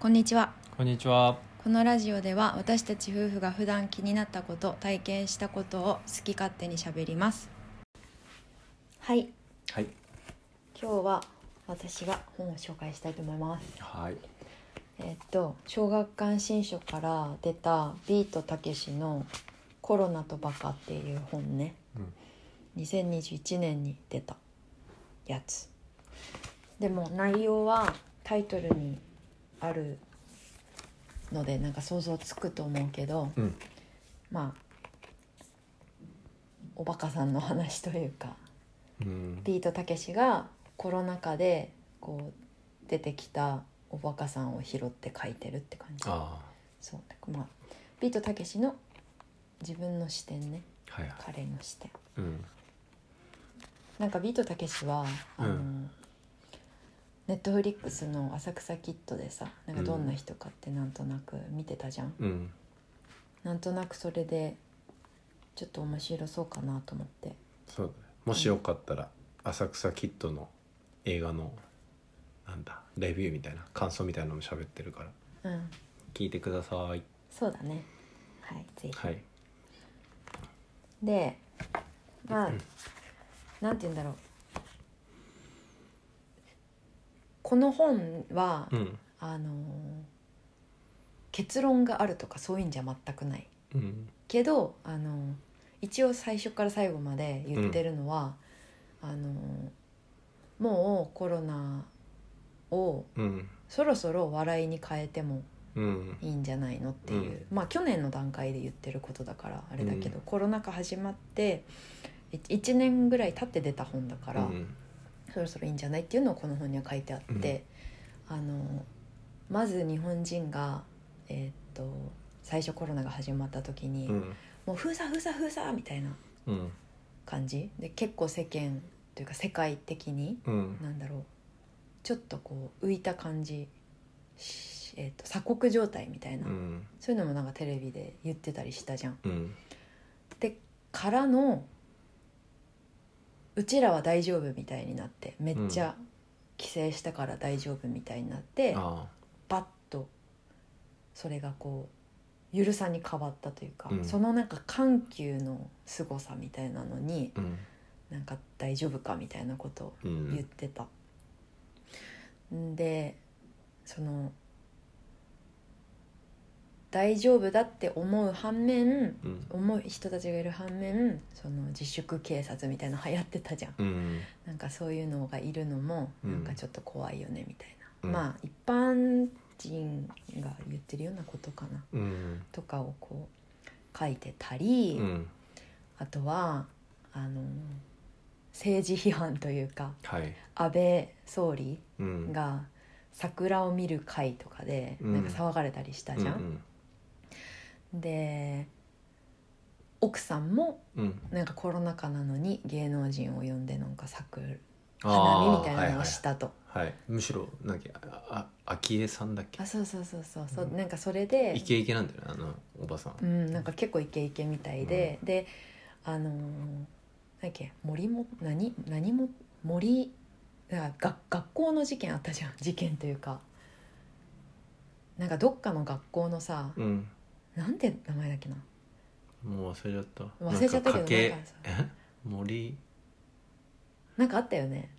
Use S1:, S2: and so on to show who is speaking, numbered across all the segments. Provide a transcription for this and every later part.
S1: こんにちは
S2: こんにちは。
S1: このラジオでは私たち夫婦が普段気になったこと体験したことを好き勝手にしゃべりますはい
S2: はい。
S1: 今日は私が本を紹介したいと思います
S2: はい。
S1: えっと小学館新書から出たビートたけしの「コロナとバカ」っていう本ね
S2: うん。
S1: 2021年に出たやつでも内容はタイトルにあるのでなんか想像つくと思うけど
S2: うん。
S1: まあおバカさんの話というか
S2: うん。
S1: ビートたけしがコロナ禍でこう出てきたおバカさんを拾って書いてるって感じ
S2: あ
S1: そうだからまあビートたけしの自分の視点ね
S2: あ。はいはい。
S1: 彼の視点
S2: うん。
S1: なんかビートたけしはあの、
S2: うん
S1: ネットフリックスの「浅草キッド」でさなんかどんな人かってなんとなく見てたじゃん、
S2: うん。
S1: なんとなくそれでちょっと面白そうかなと思って
S2: そうだね。もしよかったら、浅草キッドの映画の。なんだ。レビューみたいな、感想みたいなのも喋ってるから。
S1: うん
S2: 聞いてください。
S1: そうだねはいぜひ、
S2: はい。
S1: でまあなんて言うんだろうこの本は、
S2: うん。
S1: あのー結論があるとかそういうんじゃ全くない
S2: うん。
S1: けどあの一応最初から最後まで言ってるのは、あのもうコロナを
S2: うん。
S1: そろそろ笑いに変えても
S2: うん。
S1: いいんじゃないのっていう、まあ去年の段階で言ってることだからあれだけど、
S2: う
S1: コロナ禍始まって1年ぐらい経って出た本だか
S2: う
S1: ら、
S2: ん。
S1: そろそろいいんじゃないっていうのをこの本には書いてあって、あのまず日本人が、えーっと最初コロナが始まった時に、
S2: うん。
S1: もう封鎖封鎖封鎖みたいな
S2: うん。
S1: 感じで結構世間というか世界的に
S2: うん。
S1: なんだろうちょっとこう浮いた感じ、しえー、と鎖国状態みたいな、
S2: うん。
S1: そういうのもなんかテレビで言ってたりしたじゃん。
S2: うん。
S1: でからのうちらは大丈夫みたいになってめっちゃ帰省したから大丈夫みたいになって、
S2: あ
S1: バッとそれがこうゆるさに変わったというか、
S2: うん
S1: そのなんか緩急の凄さみたいなのに
S2: あ。うん。
S1: なんか大丈夫かみたいなことを
S2: う
S1: 言っ
S2: ん。
S1: てた。ん、でその大丈夫だって思う反面
S2: うん。
S1: 思う人たちがいる反面その自粛警察みたいなの流行ってたじゃん
S2: うん。
S1: なんかそういうのがいるのも
S2: うん
S1: なんかちょっと怖いよねみたいな、
S2: うん
S1: まあ一般人が言ってるようなことかな
S2: うん。
S1: とかをこう書いてたり、
S2: うん。
S1: あとはあの政治批判というか
S2: はい。
S1: 安倍総理
S2: うん。
S1: が桜を見る会とかで
S2: うん
S1: なんか騒がれたりしたじゃん。
S2: うん
S1: で奥さんも
S2: うん。うん。
S1: なんかコロナ禍なのに芸能人を呼んでなんか咲く
S2: あ
S1: 花見
S2: ー
S1: みたいなのをしたと
S2: はい、むしろなんだっけああ昭恵さんだっけ
S1: あ,、そうそうそうそうそう、
S2: うん
S1: なんかそれで
S2: イケイケなんだよねあのおばさん、
S1: うんなんか結構イケイケみたいで、であのー、なんだっけ森も何何も森あが学校の事件あったじゃん 事件というかなんかどっかの学校のさ、
S2: うん
S1: なんて名前だっけな
S2: もう忘れちゃった
S1: 忘れちゃったけど
S2: なん
S1: なんかさ
S2: か家計え森
S1: なんかあったよね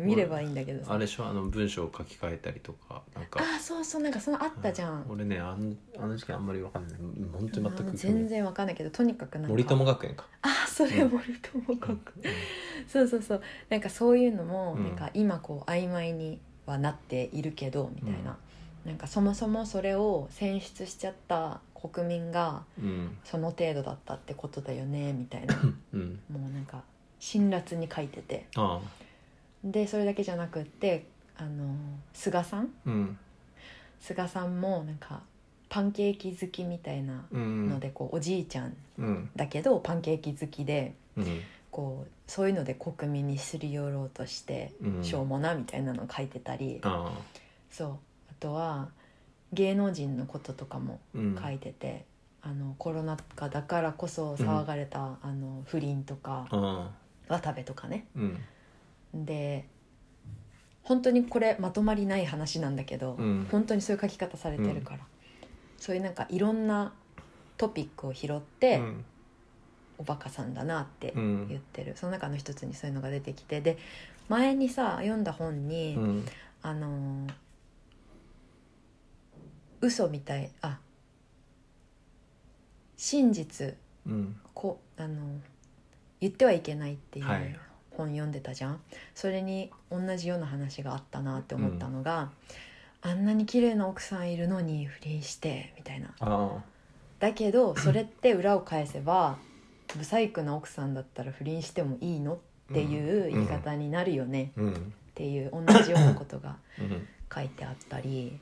S1: 見ればいいんだけどさ
S2: あれでしょあの文章を書き換えたりとかなんか
S1: あそうそうなんかそのあったじゃん、
S2: 俺ねあんあの時期あんまりわかんないうん本当に全
S1: あの
S2: く
S1: 全然わかんないけどとにかくなんか
S2: 森友学園か
S1: あそれ
S2: うん
S1: 森友学、
S2: うん
S1: そうそうそうなんかそういうのも、
S2: うん
S1: なんか今こう曖昧にはなっているけどみたいな、なんかそもそもそれを選出しちゃった国民が
S2: うん
S1: その程度だったってことだよねみたいな
S2: うん
S1: もうなんか辛辣に書いてて
S2: ああ
S1: でそれだけじゃなくってあの菅さん
S2: うん
S1: 菅さんもなんかパンケーキ好きみたいな
S2: うん
S1: ので、こうおじいちゃん
S2: うん
S1: だけどパンケーキ好きで
S2: うん
S1: こうそういうので国民にすり寄ろうとして
S2: うん
S1: しょうもなみたいなのを書いてたり、
S2: ああ
S1: そうあとは芸能人のこととかも
S2: うん
S1: 書いてて、あのコロナ禍だからこそ騒がれた、あの不倫とか
S2: ああ
S1: 渡部とかね
S2: うん
S1: で本当にこれまとまりない話なんだけど、
S2: うん
S1: 本当にそういう書き方されてるから、そういうなんかいろんなトピックを拾って、
S2: うん
S1: おバカさんだなって
S2: う
S1: 言っ
S2: ん
S1: てる、その中の一つにそういうのが出てきてで前にさ読んだ本に、
S2: うん
S1: あのー嘘みたいあ真実
S2: うん
S1: こあの言ってはいけないっていう
S2: はい
S1: 本読んでたじゃん、それに同じような話があったなって思ったのが、あんなに綺麗な奥さんいるのに不倫してみたいな
S2: あ
S1: だけどそれって裏を返せばブサイクな奥さんだったら不倫してもいいのっていう言い方になるよね
S2: ーうん
S1: っていう同じようなことが
S2: うん
S1: 書いてあった り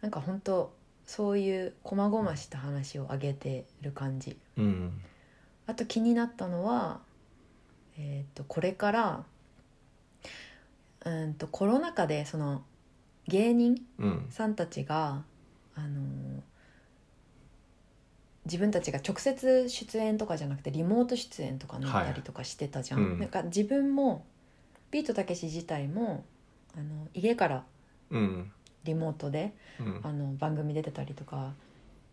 S1: なんか本当そういう細々した話を上げてる感じ
S2: うん
S1: あと気になったのは、えー、とこれからうーんとコロナ禍でその芸人
S2: うん
S1: さんたちが、あのー自分たちが直接出演とかじゃなくてリモート出演とかになったりとかしてたじゃん。
S2: はいうん
S1: なんか自分もビートたけし自体もあの家から
S2: うん
S1: リモートで
S2: うん
S1: あの番組出てたりとか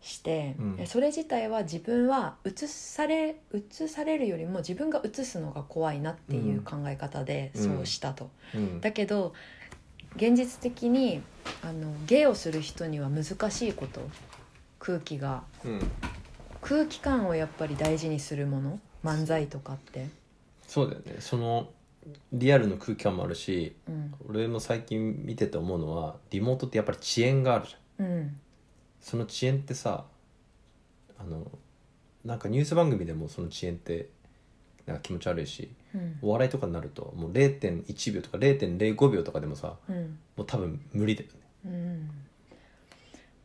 S1: して、
S2: うん
S1: えそれ自体は自分は映され映されるよりも自分が映すのが怖いなっていう考え方で
S2: うん
S1: そうしたと。
S2: うん
S1: だけど現実的にあの芸をする人には難しいこと空気が
S2: うん
S1: 空気感をやっぱり大事にするもの漫才とかって。
S2: そうだよねそのリアルの空気感もあるし
S1: うん
S2: 俺も最近見てて思うのはリモートってやっぱり遅延があるじゃん
S1: うん
S2: その遅延ってさあのなんかニュース番組でもその遅延ってなんか気持ち悪いし
S1: うん
S2: お笑いとかになるともう0.1秒とか0.05秒とかでもさ
S1: うん
S2: もう多分無理だよね
S1: うん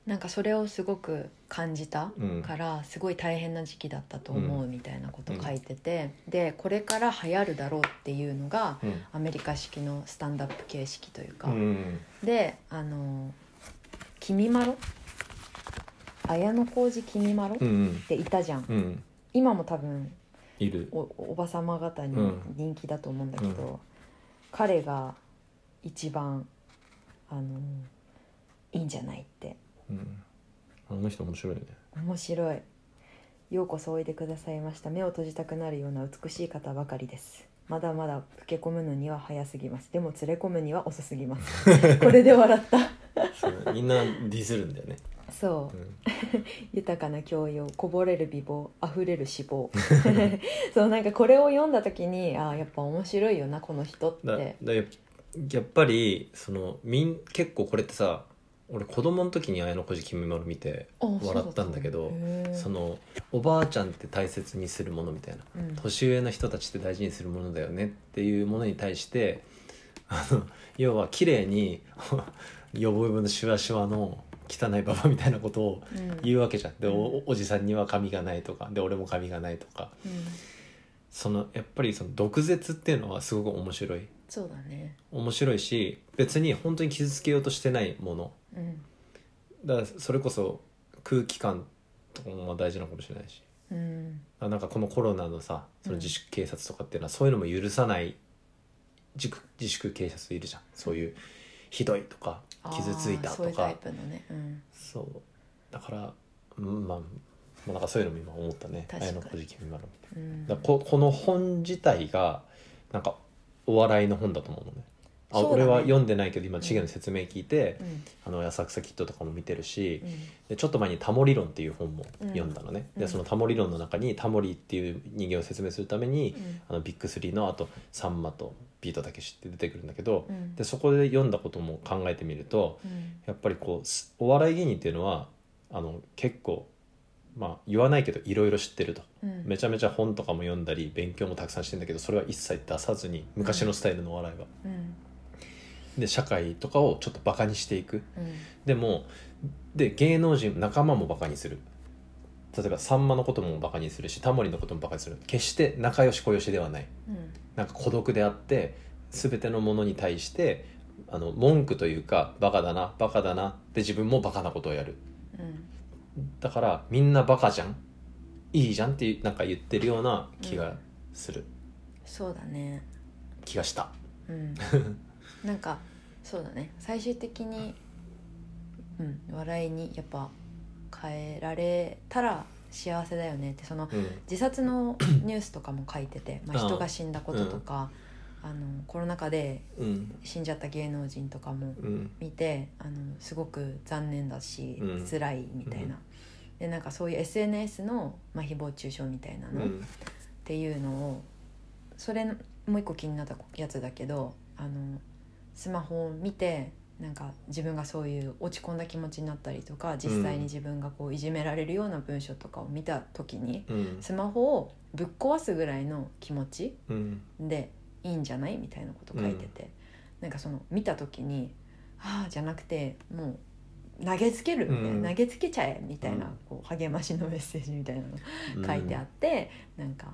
S1: なんかそれをすごく感じた
S2: うん
S1: からすごい大変な時期だったと思うみたいなこと書いてて、でこれから流行るだろうっていうのが
S2: うん
S1: アメリカ式のスタンダップ形式というか、
S2: うん
S1: であの「君まろ」綾小路君まろっ
S2: うん
S1: ていたじゃん、
S2: うんうん
S1: 今も多分
S2: いる
S1: おおばさま方に
S2: うん
S1: 人気だと思うんだけど、
S2: う
S1: 彼が一番あのいいんじゃないって
S2: うんあの人面白いよね
S1: 面白いようこそおいでくださいました目を閉じたくなるような美しい方ばかりですまだまだ老け込むのには早すぎますでも連れ込むには遅すぎます これで笑った
S2: そうみんなディズるんだよ ね、
S1: そう
S2: うん
S1: 豊かな教養こぼれる美貌あふれる脂肪 そうなんかこれを読んだ時にああやっぱ面白いよなこの人っ
S2: だ
S1: て
S2: だややっぱりそのみん結構これってさ俺子供の時に綾小路きみまろ見て
S1: あ
S2: 笑ったんだけどそ
S1: の、
S2: のおばあちゃんって大切にするものみたいな
S1: うん
S2: 年上の人たちって大事にするものだよねっていうものに対してあの要は綺麗に ヨボヨボのシワシワの汚いババみたいなことを
S1: うん
S2: 言うわけじゃんで
S1: うん
S2: おおじさんには髪がないとかで俺も髪がないとか
S1: うん
S2: そのやっぱりその毒舌っていうのはすごく面白い
S1: そうだね
S2: 面白いし別に本当に傷つけようとしてないもの
S1: うん
S2: だからそれこそ空気感とかも大事なのかもしれないし
S1: うん
S2: あなんかこのコロナのさその自粛警察とかっていうのはそういうのも許さない自粛自粛警察いるじゃんそういうひどいとか
S1: あー
S2: 傷ついた
S1: そう
S2: と
S1: いうタ
S2: か
S1: イプのね、うん、
S2: そうだから、うん、まあまあなんかそういうのも今思ったね
S1: 確かに
S2: 綾小路きみまろみたい
S1: うん
S2: なだからここの本自体がなんかお笑いの本だと思うのねあ
S1: そうだね
S2: 俺は読んでないけど今チゲの説明聞いて、
S1: うん
S2: あの浅草キッドとかも見てるし、
S1: うん
S2: でちょっと前に「タモ理論」っていう本も読んだのね、
S1: うんう
S2: で
S1: ん
S2: そのタモ理論の中にタモリっていう人間を説明するために、
S1: うん
S2: あのビッグスリーのあとさんまとビートたけしって出てくるんだけど、
S1: うん
S2: でそこで読んだことも考えてみると
S1: うん
S2: やっぱりこうすお笑い芸人っていうのはあの結構まあ言わないけどいろいろ知ってると、
S1: うん
S2: めちゃめちゃ本とかも読んだり勉強もたくさんしてんだけどそれは一切出さずに昔のスタイルのお笑いは。
S1: うん
S2: で社会とかをちょっとバカにしていく
S1: うん
S2: でもで芸能人仲間もバカにする例えばさんまのこともバカにするしタモリのこともバカにする決して仲良し小良しではない
S1: うん
S2: なんか孤独であって全てのものに対してあの文句というかバカだなバカだなで自分もバカなことをやる
S1: うん
S2: だからみんなバカじゃんいいじゃんっていうなんか言ってるような気がする、
S1: そうだね
S2: 気がした
S1: うんなんかそうだね最終的に、うん、笑いにやっぱ変えられたら幸せだよねってその
S2: うん
S1: 自殺 のニュースとかも書いてて、まあ、
S2: ああ
S1: 人が死んだこととかあ、のコロナ禍で
S2: うん
S1: 死んじゃった芸能人とかも
S2: うん
S1: 見てあのすごく残念だし、
S2: うん
S1: 辛いみたいな。
S2: うん
S1: でなんかそういう SNS の、まあ、誹謗中傷みたいな
S2: う
S1: の、っ
S2: ん
S1: ていうのをそれもう一個気になったやつだけどあのスマホを見てなんか自分がそういう落ち込んだ気持ちになったりとか実際に自分がこういじめられるような文章とかを見た時に、
S2: うん
S1: スマホをぶっ壊すぐらいの気持ち
S2: うん
S1: でいいんじゃないみたいなこと書いてて、なんかその見た時に「ああ」じゃなくてもう投げつけるみたいな、
S2: うん
S1: 投げつけちゃえみたいな、
S2: うん
S1: こう励ましのメッセージみたいなの
S2: ừ,
S1: 書いてあって、なんか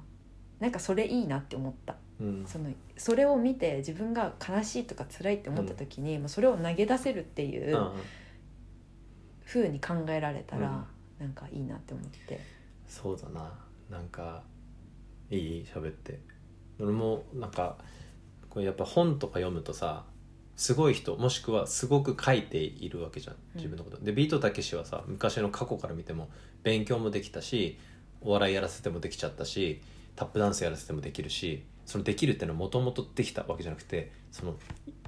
S1: なんかそれいいなって思った
S2: うん
S1: そのそれを見て自分が悲しいとか辛いって思った時に、もうそれを投げ出せるっていう
S2: ああ
S1: 風に考えられたら、
S2: うん
S1: なんかいいなって思って。
S2: そうだななんかいい喋って俺もなんかこれやっぱ本とか読むとさすごい人もしくはすごく書いているわけじゃん自分のこと、でビートたけしはさ昔の過去から見ても勉強もできたしお笑いやらせてもできちゃったしタップダンスやらせてもできるしそのできるってのはもともとできたわけじゃなくてその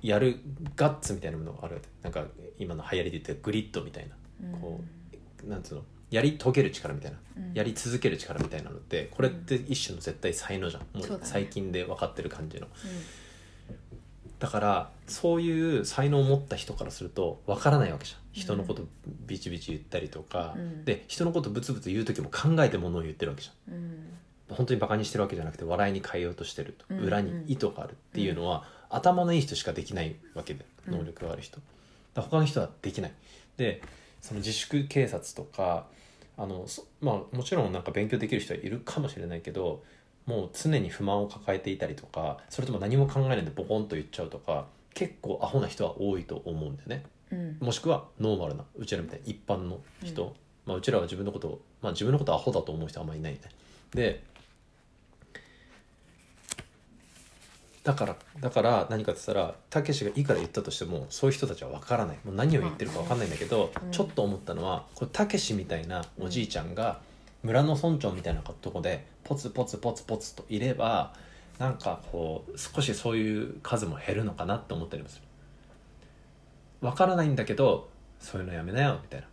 S2: やるガッツみたいなものがあるわけなんか今の流行りで言ってグリッドみたいなこなんつうのやり遂げる力みたいな
S1: うん
S2: やり続ける力みたいなのってこれって一種の絶対才能じゃん、も
S1: そうだ
S2: う
S1: ね
S2: 最近で分かってる感じのだ,、
S1: うん
S2: からそういう才能を持った人からすると分からないわけじゃん人のことビチビチ言ったりとか、
S1: うん
S2: で人のことブツブツ言う時も考えてものを言ってるわけじゃん
S1: うん
S2: 本当にバカにしてるわけじゃなくて笑いに変えようとしてると、
S1: うん
S2: 裏に意図があるっていうのは、頭のいい人しかできないわけで
S1: うん
S2: 能力がある人、だから他の人はできないでその自粛警察とかあのそまあもちろんなんか勉強できる人はいるかもしれないけどもう常に不満を抱えていたりとかそれとも何も考えないでボコンと言っちゃうとか結構アホな人は多いと思うんだよね
S1: うん
S2: もしくはノーマルなうちらみたいな一般の人、
S1: うん
S2: まあ、うちらは自分のことを、まあ、自分のことアホだと思う人はあんまりいないよねでだからだから何かって言ったらたけしがいくら言ったとしてもそういう人たちは分からないもう何を言ってるか分かんないんだけど、
S1: うん
S2: ちょっと思ったのはこれたけしみたいなおじいちゃんが村の村長みたいなとこでポツポツポツポツといればなんかこう少しそういう数も減るのかなって思ったりもする。わからないんだけどそういうのやめなよみたいな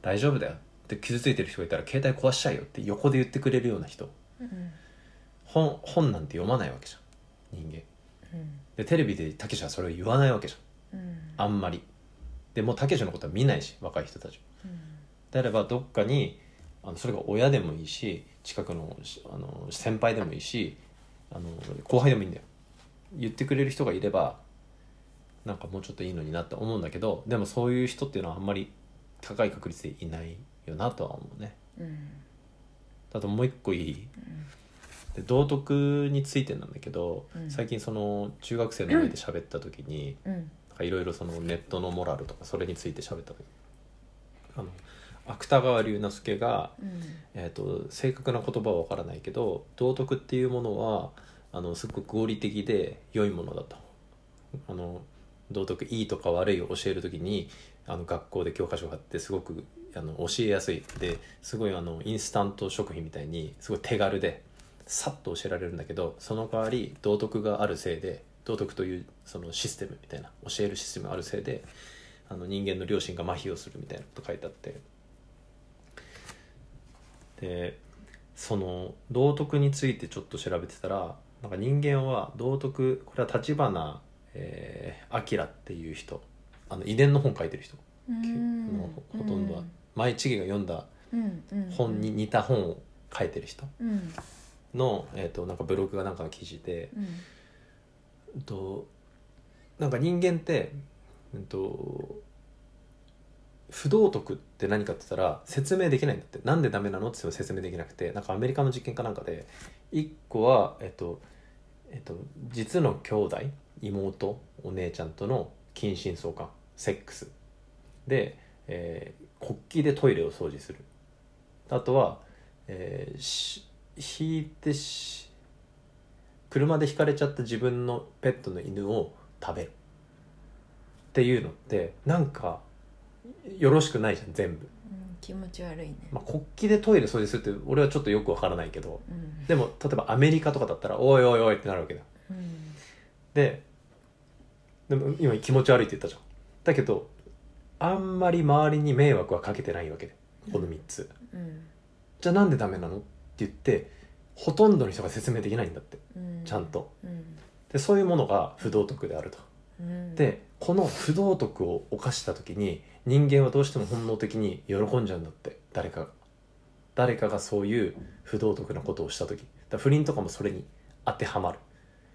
S2: 大丈夫だよって傷ついてる人がいたら携帯壊しちゃうよって横で言ってくれるような人
S1: うん
S2: 本本なんて読まないわけじゃん人間
S1: うん
S2: でテレビでたけしはそれを言わないわけじ
S1: うん
S2: ゃんあんまりでもうたけしのことは見ないし若い人たちも
S1: うん
S2: であればどっかにあのそれが親でもいいし近くのしあの先輩でもいいしあの後輩でもいいんだよ言ってくれる人がいればなんかもうちょっといいのになって思うんだけどでもそういう人っていうのはあんまり高い確率でいないよなとは思うね
S1: うん
S2: あともう一個いいで道徳についてなんだけど、
S1: うん
S2: 最近その中学生の前で喋った時に、
S1: うん
S2: なんかいろいろそのネットのモラルとかそれについて喋った時にあの芥川龍之介が
S1: うん
S2: えー、と正確な言葉はわからないけど道徳っていうものはあのすごく合理的で良いものだとあの道徳いいとか悪いを教える時にあの学校で教科書があってすごくあの教えやすいですごいあのインスタント食品みたいにすごい手軽でさっと教えられるんだけどその代わり道徳があるせいで道徳というそのシステムみたいな教えるシステムがあるせいであの人間の良心が麻痺をするみたいなこと書いてあってでその道徳についてちょっと調べてたらなんか人間は道徳これは立花えー明っていう人あの遺伝の本書いてる人
S1: うん
S2: もうほとんどは前千が読んだ
S1: うんうん
S2: 本に似た本を書いてる人
S1: うん
S2: の、えー、となんかブログがなんかの記事で、
S1: うん
S2: えっとなんか人間って、うんと、不道徳って何かって言ったら説明できないんだってなんでダメなのって言っても説明できなくてなんかアメリカの実験かなんかで1個は、えっとえっと、実の兄弟妹お姉ちゃんとの近親相関セックスで、えー国旗でトイレを掃除するあとは、えーし引いてし車でひかれちゃった自分のペットの犬を食べるっていうのってなんかよろしくないじゃん全
S1: う
S2: 部、
S1: ん、気持ち悪いね、
S2: まあ、国旗でトイレ掃除するって俺はちょっとよくわからないけど
S1: うん
S2: でも例えばアメリカとかだったらおいおいおいってなるわけだ
S1: うん
S2: ででも今気持ち悪いって言ったじゃんだけどあんまり周りに迷惑はかけてないわけでこの3つ、
S1: うん
S2: じゃあなんでダメなのって言ってほとんどの人が説明できないんだって
S1: うん
S2: ちゃんと
S1: うん
S2: でそういうものが不道徳であると
S1: うん
S2: でこの不道徳を犯した時に人間はどうしても本能的に喜んじゃうんだって誰かが誰かがそういう不道徳なことをした時だから不倫とかもそれに当てはまる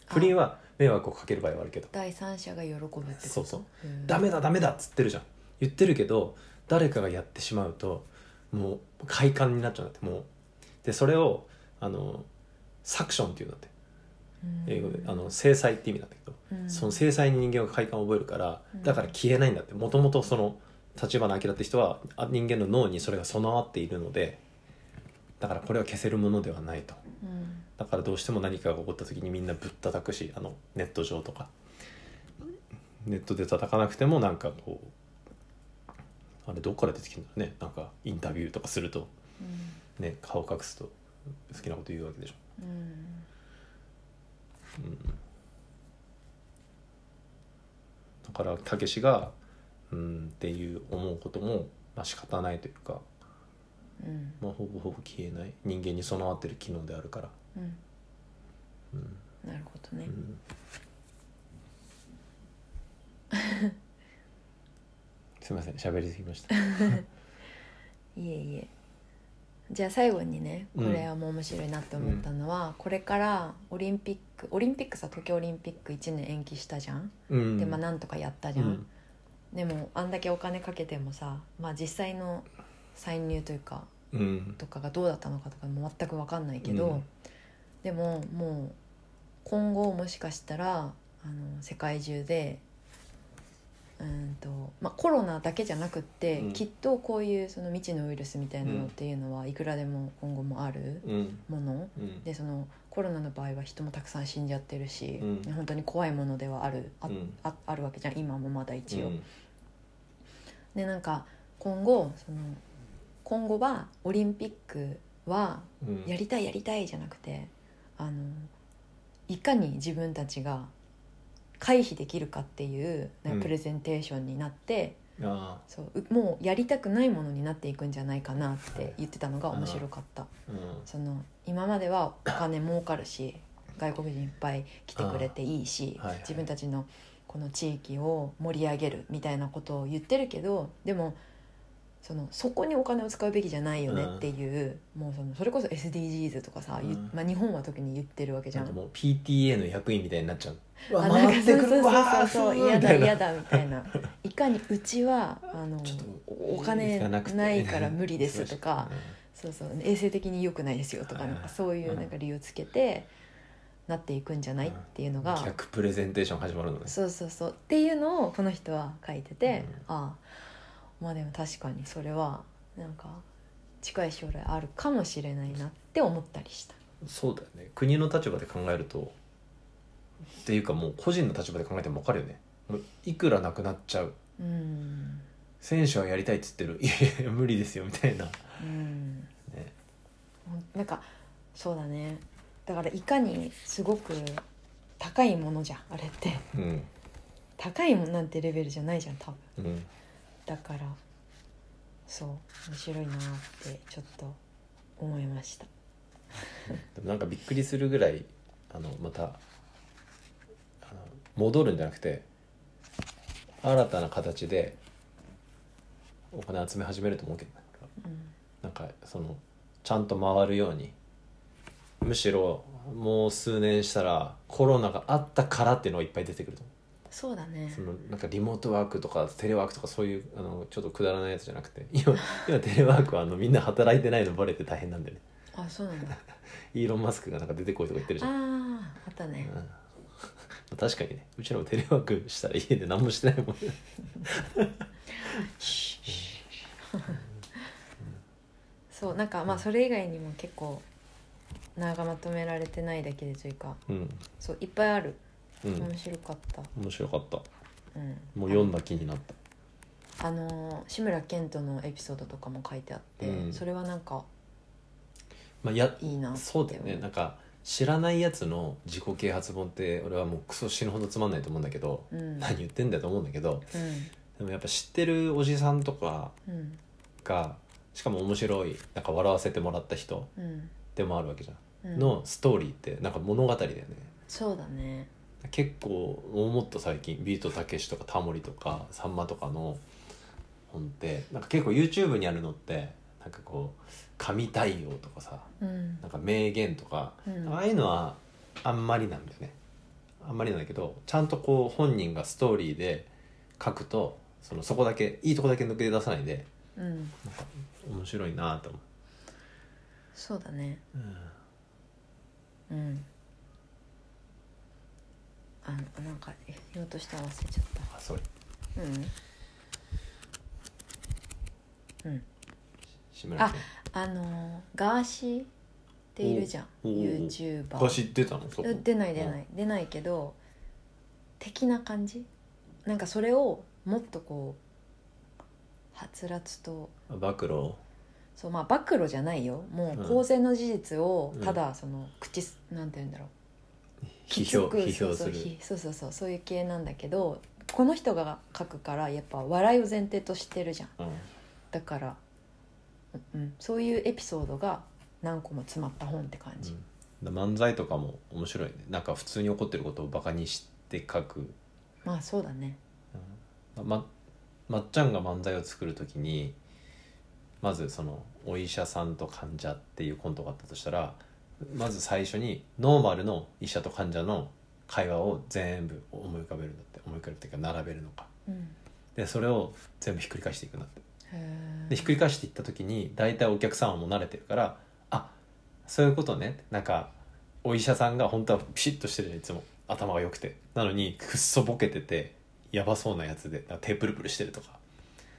S2: 不倫
S1: あ
S2: は迷惑をかける場合はあるけど
S1: 第三者が喜ぶってこと
S2: そうそう、
S1: ん
S2: ダメだダメだっつってるじゃん言ってるけど誰かがやってしまうともう快感になっちゃうんだってもうでそれをあのサクションっていうんだって
S1: うん
S2: 英語であの制裁って意味なんだけど
S1: うん
S2: その制裁に人間は快感を覚えるから
S1: うん
S2: だから消えないんだってもともとその立花明って人はあ人間の脳にそれが備わっているのでだからこれは消せるものではないと
S1: うん
S2: だからどうしても何かが起こった時にみんなぶったたくしあのネット上とかネットで叩かなくてもなんかこうあれどっから出てきてるんだろうねなんかインタビューとかするとね顔隠すと好きなこと言うわけでしょ、
S1: うんうん
S2: うん、だからたけしがうんっていう思うこともまあ仕方ないというか、
S1: うん
S2: まあ、ほぼほぼ消えない人間に備わってる機能であるから、
S1: うん
S2: うん
S1: なるほどね、
S2: うん、すみません喋りすぎました
S1: いえいえじゃあ最後にねこ
S2: うん
S1: れはもう面白いなって思ったのは、これからオリンピックオリンピックさ東京オリンピック1年延期したじゃん、
S2: うん
S1: でまあなんとかやったじゃん、でもあんだけお金かけてもさ、まあ、実際の歳入というか
S2: うんうん
S1: とかがどうだったのかとかも全く分かんないけど、
S2: うん
S1: でももう今後もしかしたらあの世界中でうんと、まあ、コロナだけじゃなくって、
S2: うん
S1: きっとこういうその未知のウイルスみたいなのっていうのはいくらでも今後もある
S2: うん
S1: もの、
S2: うん
S1: でそのコロナの場合は人もたくさん死んじゃってるし、
S2: うん
S1: 本当に怖いものではあるあ,、
S2: うん
S1: ああるわけじゃん今もまだ一応。
S2: うん
S1: でなんか今後その今後はオリンピックは
S2: うん
S1: やりたいやりたいじゃなくてあのいかに自分たちが回避できるかっていうなん
S2: うん
S1: かプレゼンテーションになって、
S2: あ
S1: そううもうやりたくないものになっていくんじゃないかなって言ってたのが面白かった。
S2: ーう
S1: その今まではお金儲かるし外国人いっぱい来てくれていいし、
S2: あーはいはい
S1: 自分たちのこの地域を盛り上げるみたいなことを言ってるけどでもそのそこにお金を使うべきじゃないよねっていう、もうそのそれこそ SDGs とかさ、言っ
S2: うん
S1: まあ、日本は特に言ってるわけ
S2: ん
S1: じゃ
S2: なん
S1: ん。
S2: かもう PTA の役員みたいになっちゃううわ
S1: あなんか
S2: 回ってくる
S1: そうそう
S2: わ
S1: そ
S2: ー
S1: うそう
S2: すごい
S1: 嫌だ
S2: みたいな
S1: 嫌だみたい ないかにうちはあの
S2: ちょっと
S1: おお金
S2: がくて
S1: ないから無理ですとか
S2: そう
S1: そうそう衛生的に良くないですよとか
S2: はい
S1: な
S2: は
S1: ん
S2: い
S1: かそういうなんか理由をつけてなっていくんじゃないっていうの
S2: うん
S1: が
S2: 企画プレゼンテーション始まるのね
S1: そうそうそうっていうのをこの人は書いててああまあでも確かにそれはなんか近い将来あるかもしれないなって思ったりした。
S2: そうだよね国の立場で考えるとっていうかもう個人の立場で考えても分かるよねもういくらなくなっちゃう
S1: うん
S2: 選手はやりたいっつってるいやいや無理ですよみたいな、
S1: うん
S2: ね、
S1: なんかそうだねだからいかにすごく高いものじゃんあれって
S2: うん
S1: 高いもんなんてレベルじゃないじゃん多分。
S2: うん
S1: だからそう面白いなってちょっと思いました
S2: でもなんかびっくりするぐらいあのまたあの戻るんじゃなくて新たな形でお金集め始めると思うけどね
S1: うん
S2: なんかそのちゃんと回るようにむしろもう数年したらコロナがあったからっていうのがいっぱい出てくると思
S1: そうだ
S2: う
S1: ね
S2: そのなんかリモートワークとかテレワークとかそういうあのちょっとくだらないやつじゃなくて今 今テレワークはあのみんな働いてないのバレて大変なんでね
S1: あそうなんだ
S2: イーロン・マスクがなんか出てこいとか言ってるじゃん、
S1: あーあったね
S2: うん確かにねうちらもテレワークしたら家で何もしてないもんね
S1: そうなんかまあそれ以外にも結構長まとめられてないだけでというか
S2: うん
S1: そういっぱいある
S2: うん
S1: 面白かった、
S2: 面白かった
S1: うん、
S2: もう読んだ気になった
S1: あの志村けんとのエピソードとかも書いてあって、
S2: うん
S1: それはなんか
S2: まあや
S1: いいなって
S2: そうだよねなんか知らないやつの自己啓発本って俺はもうクソ死ぬほどつまんないと思うんだけど、
S1: うんうん
S2: 何言ってんだよと思うんだけどでもやっぱ知ってるおじさんとか
S1: うん
S2: がしかも面白いなんか笑わせてもらった人
S1: うん
S2: でもあるわけじゃん、
S1: うん
S2: のストーリーってなんか物語だよね
S1: そうだね
S2: 結構もっと最近ビートたけしとかタモリとかさんまとかの本ってなんか結構 YouTube にあるのってなんかこう神対応とかさ
S1: うん
S2: なんか名言とか
S1: うん
S2: ああいうのはあんまりなんだよねあんまりなんだけどちゃんとこう本人がストーリーで書くとそのそこだけいいとこだけ抜け出さないで
S1: うん
S2: なんか面白いなと思
S1: そうだね
S2: う、
S1: うんあなんか言おうとして忘れちゃっ
S2: あそれ
S1: たうんうん
S2: 志村
S1: あのーガーシーっているじゃん
S2: おお
S1: YouTuber
S2: けん昔出たのそこ
S1: いや出ない出ない、出ないけど的な感じなんかそれをもっとこうはつらつと
S2: あ暴露
S1: そうまあ暴露じゃないよもう
S2: うん
S1: 公然の事実を
S2: うん
S1: ただその口す、なんて言うんだろう
S2: 批評
S1: き
S2: 批
S1: つくそうそ
S2: 評す
S1: う
S2: る
S1: ひそうそうそうそういう系なんだけどこの人が書くからやっぱ笑いを前提としてるじゃん
S2: うん
S1: だから、うん、そういうエピソードが何個も詰まった本って感じ、
S2: うん漫才とかも面白いねなんか普通に起こってることをバカにして書く、
S1: まあそうだね
S2: うんままっちゃんが漫才を作る時にまずそのお医者さんと患者っていうコントがあったとしたらまず最初にノーマルの医者と患者の会話を全部思い浮かべるんだって思い浮かべるっていうか並べるのか
S1: うん
S2: でそれを全部ひっくり返していくんだって
S1: へ
S2: でひっくり返していった時に大体お客さんはもう慣れてるからあそういうことねなんかお医者さんが本当はピシッとしてるじゃんいつも頭が良くてなのにくっそボケててやばそうなやつでなんか手プルプルしてるとか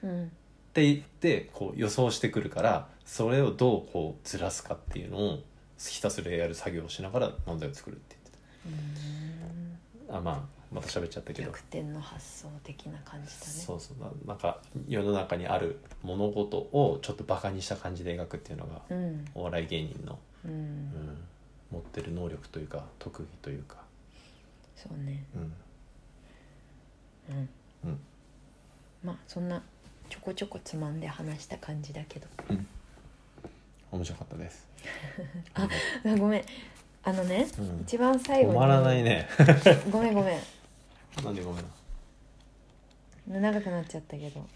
S1: えうん
S2: って言ってこう予想してくるからそれをどうこうずらすかっていうのをひたすらやる作業をしながら漫才を作るって言っ
S1: うーん
S2: てたあまあまた喋っちゃったけど
S1: 逆転の発想的な感じだね
S2: そうそうななんか世の中にある物事をちょっとバカにした感じで描くっていうのが
S1: うん
S2: お笑い芸人の
S1: うん、
S2: うん、持ってる能力というか特技というか、
S1: そうね
S2: うん、
S1: うん、
S2: うん
S1: まあそんなちょこちょこつまんで話した感じだけど
S2: 面白かったです。
S1: ごめんあのね、
S2: うん
S1: 一番最後
S2: 止
S1: に
S2: まらないね。
S1: ごめんごめん
S2: なんでごめんな。
S1: 長くなっちゃったけど、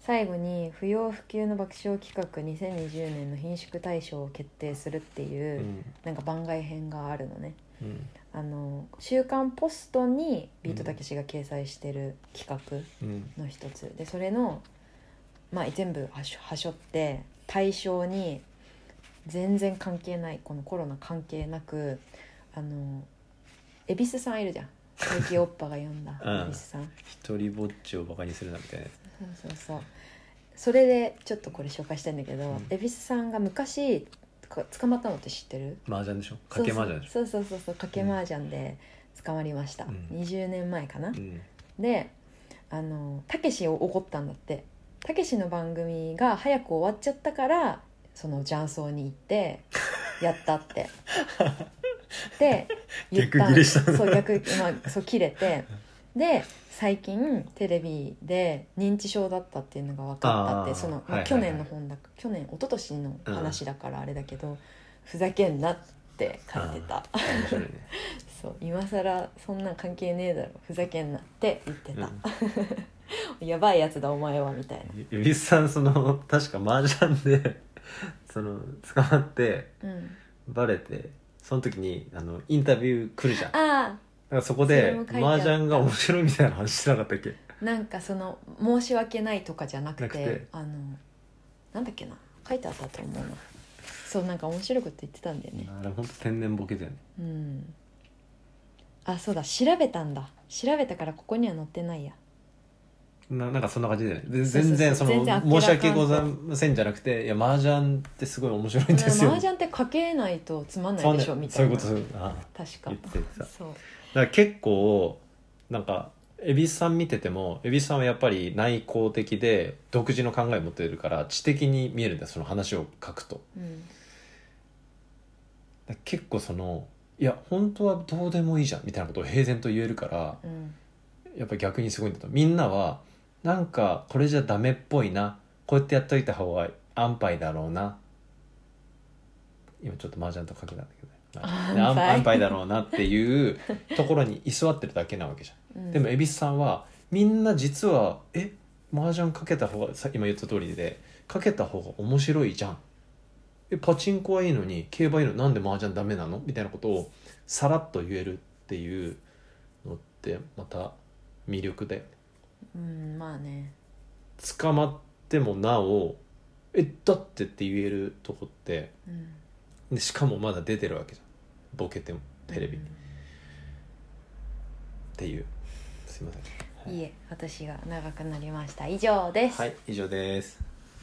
S1: 最後に不要不急の爆笑企画2020年の品種大賞を決定するっていうう、
S2: ん、
S1: なんか番外編があるのね
S2: うん、
S1: あの「週刊ポスト」にビートたけしが掲載してる企画、
S2: うん、
S1: の一つでそれの、まあ、全部はしょはしょって対象に全然関係ないこのコロナ関係なくあの恵比寿さんいるじゃん最近おっぱが呼んだ
S2: うん
S1: 恵比寿さん
S2: 一人ぼっちをバカにするなみたいなや
S1: そうそうそうそれでちょっとこれ紹介したいんだけど、
S2: うん
S1: 恵比寿さんが昔こ捕まったのって知ってる
S2: つ。麻雀でしょ。賭け麻雀でし
S1: そうそうそうそうかけ麻雀で捕まりました、
S2: うん
S1: 20年前かな、
S2: ょ。うん、
S1: であのたけしを怒ったんだってたけしの番組が早く終わっちゃったからその雀荘に行ってやったって で言った
S2: 逆ギレしたんだ
S1: そう逆、まあ、そう切れてで最近テレビで認知症だったっていうのが分かったっ
S2: あ
S1: て
S2: ー
S1: その、
S2: はいはい
S1: まあ
S2: はい
S1: 去年の本だ、去年一昨年の話だからあれだけど、ふざけんなって書いてた
S2: 面白いね。
S1: そう今更そんなん関係ねえだろふざけんなって言ってた、やばいやつだお前はみたいな
S2: うん、蛭子さんその確か麻雀で その捕まって
S1: うん、
S2: バレてその時にあのインタビュー来るじゃん。だか
S1: あ
S2: らそこ
S1: それ
S2: で
S1: も書いてあった
S2: 麻雀が面白いみたいな話してなかったっけ？
S1: あなんかその申し訳ないとかじゃなくて
S2: なくて
S1: あのなんだっけな書いてあったと思うなそうなんか面白いこと言ってたんだよね
S2: あれ本当天然ボケだよね。
S1: うんあそうだ調べたんだ調べたからここには載って ないや
S2: ななんかそんな感じで
S1: そ
S2: で
S1: うそう
S2: 全然その
S1: 全然あっけらかんと
S2: 申し訳ございませんじゃなくていや麻雀ってすごい面白いん
S1: 麻
S2: ですよ
S1: 雀って書けないとつまんな
S2: そ
S1: いうで
S2: ね
S1: しょみた
S2: そう
S1: い
S2: いう
S1: な
S2: ことそういうことああ
S1: 確か
S2: 言ってただか
S1: そう
S2: ら結構なんか蛭子さん見てても蛭子さんはやっぱり内向的で独自の考えを持ってるから知的に見えるんだよその話を書くと
S1: うん
S2: だから結構そのいや本当はどうでもいいじゃんみたいなことを平然と言えるから
S1: うん
S2: やっぱ逆にすごいんだとみんなはなんかこれじゃダメっぽいなこうやってやっといた方が安牌だろうな今ちょっと麻雀とかけたんだけどねで安
S1: 安牌
S2: 安牌だろうなっていうところに居座ってるだけなわけじゃ
S1: う
S2: ん
S1: ん
S2: でも蛭子さんはみんな実は「え麻雀かけた方がさ今言った通りでかけた方が面白いじゃん」え「パチンコはいいのに競馬いいのになんで麻雀ダメなの?」みたいなことをさらっと言えるっていうのってまた魅力で
S1: うんまあね
S2: 捕まってもなお「えだって」って言えるとこって
S1: うん
S2: でしかもまだ出てるわけじゃんボケてもテレビにっ
S1: う
S2: ていうすいませ
S1: ん
S2: ん
S1: いいえ私が長くなりました以上です
S2: はい以上です